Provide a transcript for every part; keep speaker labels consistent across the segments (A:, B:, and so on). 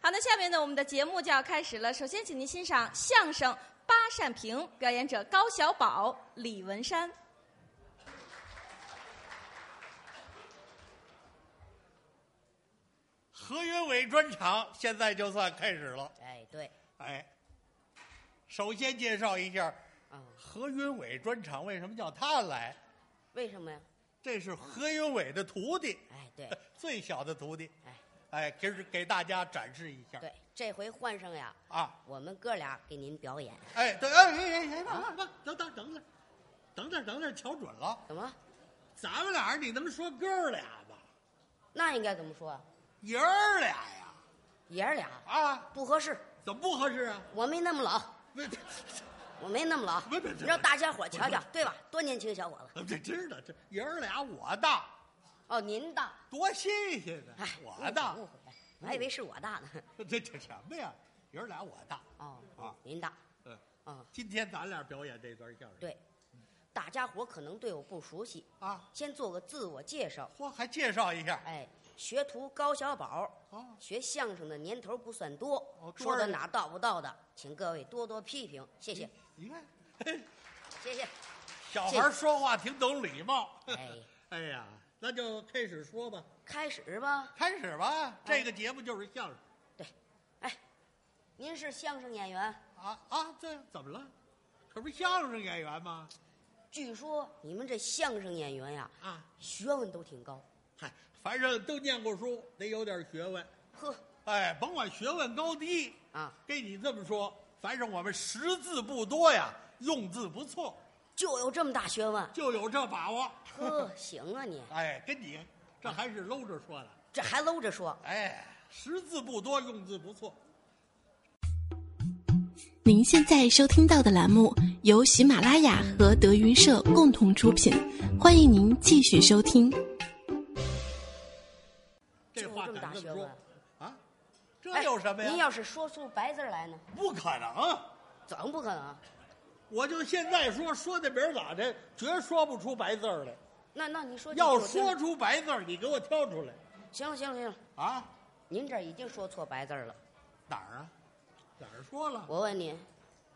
A: 好，那下面呢，我们的节目就要开始了。首先，请您欣赏相声《八扇屏》，表演者高小宝、李文山。
B: 何云伟专场现在就算开始了。
C: 哎，对，
B: 哎，首先介绍一下
C: 啊、
B: 何云伟专场为什么叫他来，
C: 为什么呀？
B: 这是何云伟的徒弟，呃
C: 哎，对，
B: 最小的徒弟。
C: 哎，
B: 哎，给给大家展示一下。
C: 对，这回换上呀，
B: 啊，
C: 我们哥俩给您表演，
B: 哎，对，哎哎哎哎，慢慢慢，等等等等，等等等等，瞧准了，
C: 怎么？
B: 咱们俩人你能说哥俩吧？
C: 那应该怎么说啊？
B: 爷儿俩呀？
C: 爷儿俩
B: 啊，
C: 不合适，
B: 怎么不合适啊？
C: 我没那么老，
B: 不是
C: 我没那么老
B: 不是不是不，是
C: 让大家伙儿瞧瞧
B: 不是，
C: 对吧？多年轻小伙子！
B: 这真的，这爷儿俩我大，
C: 哦，您大，
B: 多新鲜呢
C: 哎，！
B: 我大
C: 误会，误会我还以为是我大呢。
B: 这这什么呀？爷儿俩我大。
C: 哦
B: 啊，
C: 您大，
B: 嗯，
C: 啊，
B: 今天咱俩表演这段相声。
C: 对，大家伙儿可能对我不熟悉，
B: 啊，
C: 先做个自我介绍。
B: 嚯，还介绍一下。
C: 哎，学徒高小宝，
B: 哦
C: 学相声的年头不算多，
B: 哦多
C: 说
B: 少
C: 的哪道不道的，请各位多多批评，谢谢，
B: 你看， 嘿
C: 谢谢。
B: 小孩儿说话挺懂礼貌。
C: 哎，
B: 哎呀，那就开始说吧，
C: 开始吧。
B: 开始吧。哎这个节目就是相声。
C: 对，哎，您是相声演员，
B: 啊啊，这怎么了？可不是相声演员吗？
C: 据说你们这相声演员呀，
B: 啊，
C: 学问都挺高。
B: 嗨，反正都念过书，得有点学问。
C: 呵，
B: 哎，甭管学问高低
C: 啊，
B: 跟你这么说，反正我们识字不多呀，用字不错，。
C: 就有这么大学问
B: 就有这把握。
C: 呵，行啊你，
B: 哎，跟你这还是搂着说的。
C: 这还搂着说。
B: 哎，识字不多，用字不错。
D: 您现在收听到的栏目由喜马拉雅和德云社共同出品，欢迎您继续收听。
B: 这话
C: 就这么
B: 敢
C: 大
B: 这
C: 学
B: 么说
C: 问
B: 啊？这有什么
C: 哎您
B: 呀？
C: 要是说出白字儿来呢？
B: 不可能！
C: 怎么不可啊能？
B: 我就现在说说那明儿咋的，绝说不出白字儿来。
C: 那那你说几句
B: 要
C: 我听
B: 说出白字儿，你给我挑出来
C: 行了行了行了，
B: 啊？
C: 您这儿已经说错白字儿了。
B: 哪儿啊？哪儿说了？
C: 我问您，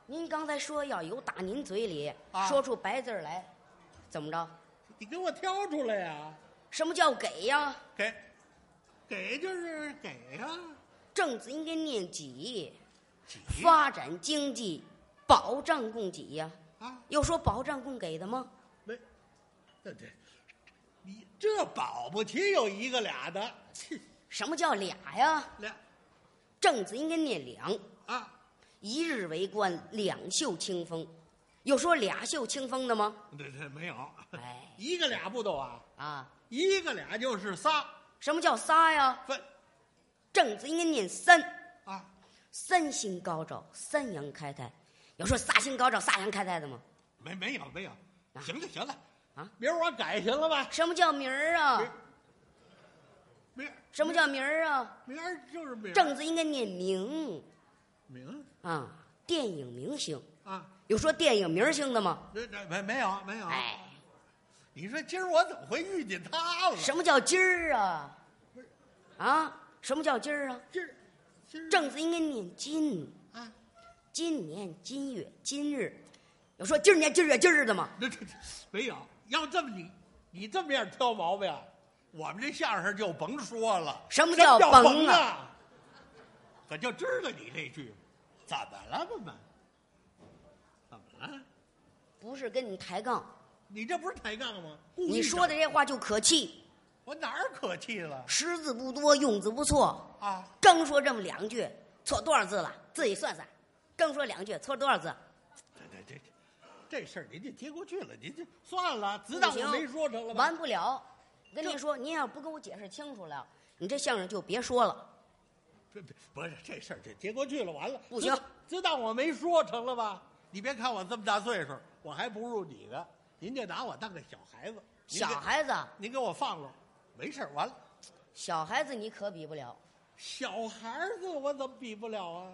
C: 您刚才说要有打您嘴里、
B: 啊
C: 说出白字儿来，怎么着？
B: 你给我挑出来呀、
C: 什么叫给呀？
B: 给，给就是给呀、
C: 正字应该念几，
B: 几
C: 发展经济，保障供给呀。
B: 啊？
C: 有说保障供给的吗？
B: 没，对对，你这保不齐有一个俩的，切
C: 什么叫俩呀？
B: 俩
C: 正字应该念两，
B: 啊，
C: 一日为官，两袖清风。有说俩袖清风 的吗？
B: 对对，没有，
C: 哎
B: 一个俩不懂啊，
C: 啊，
B: 一个俩就是仨
C: 什么叫仨呀？
B: 分
C: 正字应该念三。
B: 啊，
C: 三星高照，三阳开泰。有说仨星高照，仨阳开泰的吗？
B: 没没有没有，行了行了，
C: 啊，
B: 明儿我改行了吧？
C: 什么叫名儿
B: 明
C: 啊？
B: 明儿
C: 什么叫名儿啊？
B: 明儿就是明儿
C: 正字应该念明
B: 明
C: 啊，电影明星。
B: 啊，
C: 有说电影明星的吗？
B: 这这没没有没有，
C: 哎，
B: 你说今儿我怎么会遇见他了？
C: 什么叫今儿啊？啊，什么叫今儿啊？
B: 今儿今儿
C: 正字应该念今，
B: 啊？
C: 今年今月今日。有说今儿年今月今日的吗？
B: 那这这没有，要这么你你这么样挑毛病，我们这相声就甭说了。
C: 什么
B: 叫
C: 叫
B: 甭
C: 甭啊
B: 啊？我就知道你这句，怎么了，笨笨？怎么了？
C: 不是跟你抬杠，
B: 你这不是抬杠吗？故意
C: 你说的这话就可气，
B: 我哪儿可气了
C: 识字不多，用字不错。
B: 啊？
C: 刚说这么两句，错多少字了？自己算算。刚说两句，错多少字？
B: 这这这这事儿您就接过去了，您就算了，只当我
C: 不行
B: 没说成了吧
C: 完？不了。跟您说，您要不跟我解释清楚了，你这相声就别说了。
B: 不不不是这事儿就接过去了，完了
C: 不行
B: 只只当我没说成了吧？你别看我这么大岁数，我还不如你呢，您就拿我当个小孩子。您
C: 小
B: 给
C: 孩子，
B: 您给我放了，没事儿，完了。
C: 小孩子你可比不了，
B: 小孩子我怎么比不了啊？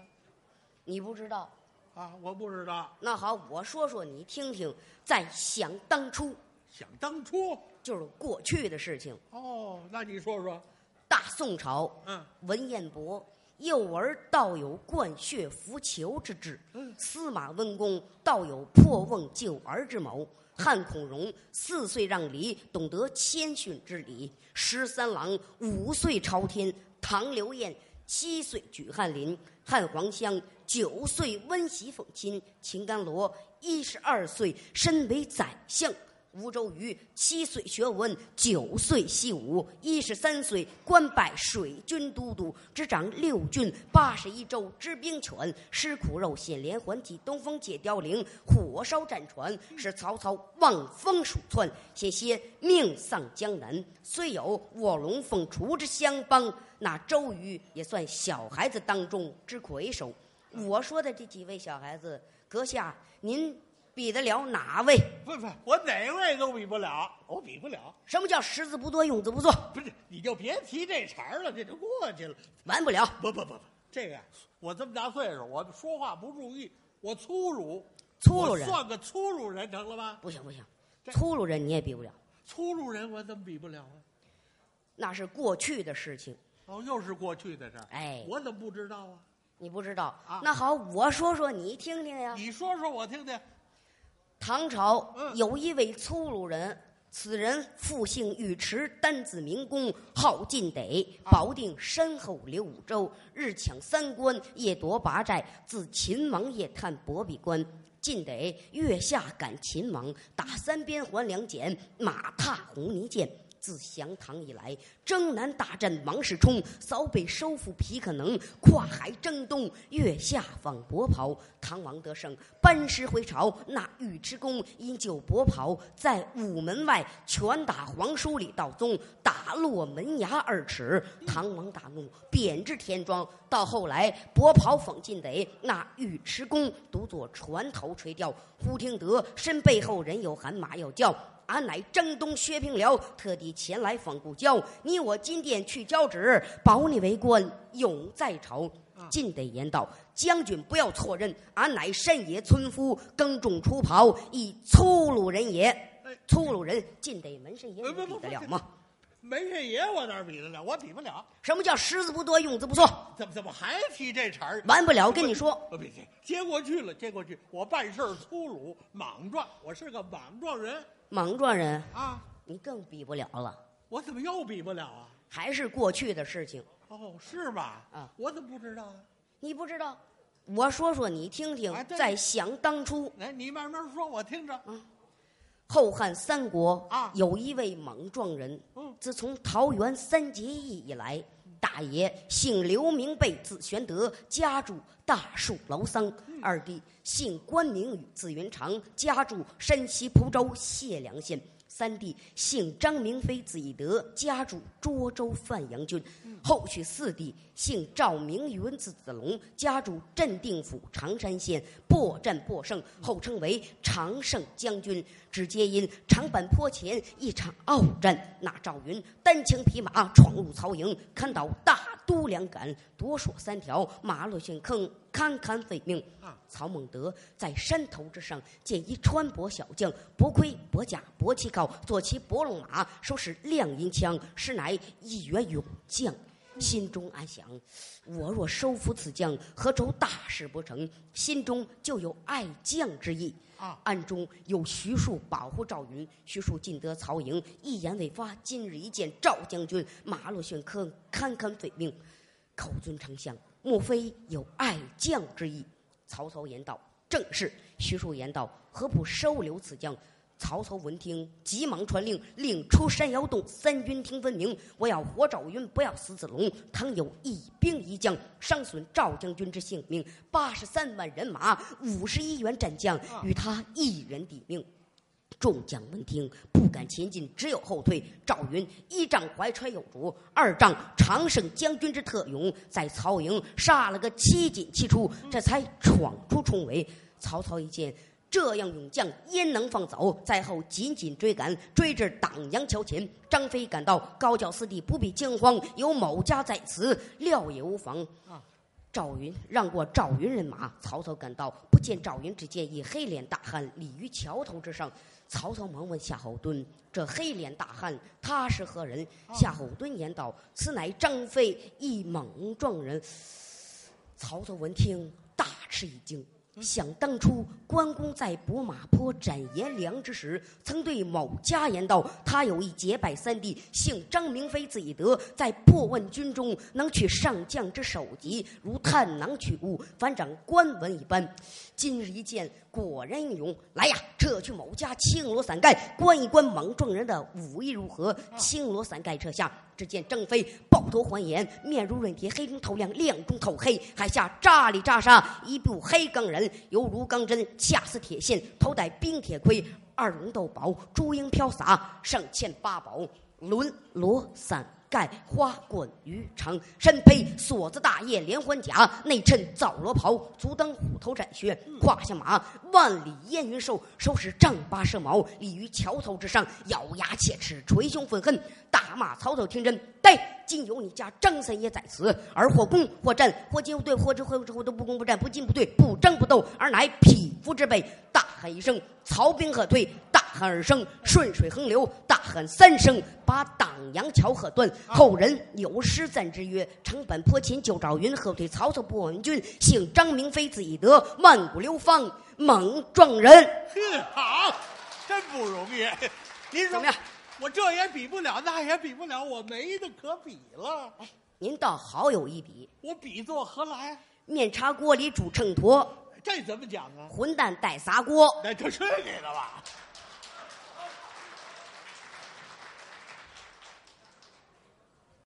C: 你不知道。
B: 啊，我不知道。
C: 那好，我说说你听听，在想当初，
B: 想当初，
C: 就是过去的事情。
B: 哦，那你说说，
C: 大宋朝，
B: 嗯，
C: 文彦博幼儿道有灌血扶裘之志，
B: 嗯
C: 司马温公道有破瓮救儿之谋。汉孔融四岁让梨，懂得谦逊之礼；十三郎五岁朝天，唐刘晏七岁举翰林，汉黄香九岁温习讽亲，秦甘罗一十二岁身为宰相。吴周瑜七岁学文，九岁习武，一十三岁官拜水军都督，执掌六郡八十一州之兵权，吃苦肉，显连环体，东风解凋零，火烧战船，使曹操望风鼠窜，险些命丧江南。虽有卧龙凤雏之相帮，那周瑜也算小孩子当中之魁首。我说的这几位小孩子，阁下您比得了哪位？
B: 不不，我哪位都比不了，我比不了。
C: 什么叫识字不多，用字不做？
B: 不是，你就别提这茬儿了，这就过去了。
C: 完不了，
B: 不不不不，这个呀我这么大岁数，我说话不注意，我粗鲁，
C: 粗鲁人
B: 我算个粗鲁人成了吧？
C: 不行不行，
B: 这
C: 粗鲁人你也比不了，
B: 粗鲁人我怎么比不了啊？
C: 那是过去的事情，
B: 哦，又是过去的事儿。
C: 哎
B: 我怎么不知道啊？
C: 你不知道。
B: 啊
C: 那好，我说说你听听呀。
B: 你说说我听听。
C: 唐朝
B: 嗯
C: 有一位粗鲁人，此人复姓尉迟，单子明公，号晋得，保定山后刘五州，日抢三关，夜夺八寨，自秦王夜探伯比关。晋得月下赶秦王，打三鞭还两锏，马踏红泥涧。自降唐以来，征南大战王世充，扫北收复皮可能，跨海征东，月下访伯袍。唐王得胜，班师回朝。那尉迟恭因救伯袍，在午门外拳打皇叔李道宗，打落门牙二尺。唐王大怒，贬至天庄。到后来，伯袍讽进贼，那尉迟恭独坐船头垂钓，忽听得身背后人有喊马要叫。俺乃征东薛平辽，特地前来访故交。你我今殿去交旨，保你为官，永在朝。
B: 啊
C: 晋得言道：“将军不要错认，俺乃甚野村夫，耕种出袍，亦粗鲁人也。粗鲁人，晋得门神爷
B: 哎
C: 你
B: 不
C: 比
B: 不
C: 得
B: 不
C: 了
B: 这
C: 吗？
B: 门神爷我哪比得了？我比不了。
C: 什么叫识字不多，用字不错？
B: 怎么怎么还提这茬儿？
C: 完不了，跟你说，
B: 不别接接过去了，接过去。我办事儿粗鲁莽撞，我是个莽撞人
C: 莽撞人，
B: 啊！
C: 你更比不了了，
B: 我怎么又比不了啊？
C: 还是过去的事情。
B: 哦，是吧？
C: 啊
B: 我怎么不知道啊？
C: 你不知道，我说说你听听
B: 哎。对
C: 在想当初，
B: 来，你慢慢说，我听
C: 嗯
B: 着。
C: 后汉三国
B: 啊
C: 有一位莽撞人，
B: 嗯
C: 自从桃园三结义以来，大爷姓刘，名备，字玄德，家住大树楼桑；
B: 嗯
C: 二弟姓关，名羽，字云长，家住山西蒲州解良县。三弟姓张，名飞，字翼德，家住涿州范阳郡。
B: 嗯
C: 后续四弟姓赵，名云，字子龙，家住镇定府常山县，破战破胜，后称为常胜将军。只皆因长坂坡前一场鏖战，那赵云单枪匹马闯入曹营，砍倒大都两杆，夺槊三条，马落陷坑，堪堪废命。曹孟德在山头之上见一穿薄小将，薄盔、薄甲、薄旗靠，坐骑薄龙马，手使亮银枪，实乃一员勇将。心中暗想：我若收服此将，何愁大事不成？心中就有爱将之意。
B: 啊
C: 暗中有徐庶保护赵云，徐庶进得曹营，一言未发，今日一见赵将军，马落陷坑，堪堪废命。口尊丞相，莫非有爱将之意？曹操言道：“正是。”徐庶言道：“何不收留此将？”曹操闻听，急忙传令，令出山摇动，三军听分明。我要活赵云，不要死子龙。倘有一兵一将伤损赵将军之性命，八十三万人马，五十一员战将，与他一人抵命。众将闻听，不敢前进，只有后退。赵云一仗怀揣有主，二仗常胜将军之特勇，在曹营杀了个七进七出，这才闯出重围。曹操一见。这样勇将焉能放走？在后紧紧追赶，追至党阳桥前。张飞赶到，高叫四弟不必惊慌，有某家在此，料也无妨。赵云让过赵云人马，曹操赶到，不见赵云，只见一黑脸大汉立于桥头之上。曹操忙问夏侯惇：“这黑脸大汉他是何人？”夏侯惇言道：“此乃张飞，一莽撞人。曹操闻听大吃一惊。想当初，关公在博马坡斩颜良之时，曾对某家言道：“他有一结拜三弟，姓张，名飞，字翼德，在破问军中能取上将之首级，如探囊取物，反掌官文一般。今日一见，果然英勇。来呀，撤去某家青罗伞盖，观一观莽撞人的武艺如何。”青罗伞盖撤下，只见张飞抱头还颜，面如润铁，黑中透亮，亮中透黑，海下扎里扎沙，一部黑钢人，犹如钢针，恰似铁线，头戴冰铁盔，二龙斗宝，朱缨飘洒，上嵌八宝，轮罗伞盖花滚鱼肠，身披锁子大叶连环甲，内衬枣罗袍，足蹬虎头斩靴，胯下马万里烟云兽，手使丈八蛇矛，立于桥头之上，咬牙切齿，捶胸愤恨，大骂曹操听真呆。今有你家张三爷在此，而或攻或战，或进或退，或知或知或都不攻不战，不进不退，不争不斗，而乃匹夫之辈。大喊一声，曹兵喝退；大喊二声，顺水横流；大喊三声，把党阳桥喝断。后人有诗赞之曰：“成本坡秦九爪云，喝退曹操不稳军。姓张名飞字翼德，万古流芳猛撞人。
B: 哼，嗯好，真不容易。您
C: 怎
B: 说
C: 么样？
B: 我这也比不了，那也比不了，我没的可比了。”
C: 您倒好有一比，
B: 我比作何来？
C: 面茶锅里煮秤砣，
B: 这怎么讲啊？
C: 混蛋带砸锅。
B: 那这是你的吧？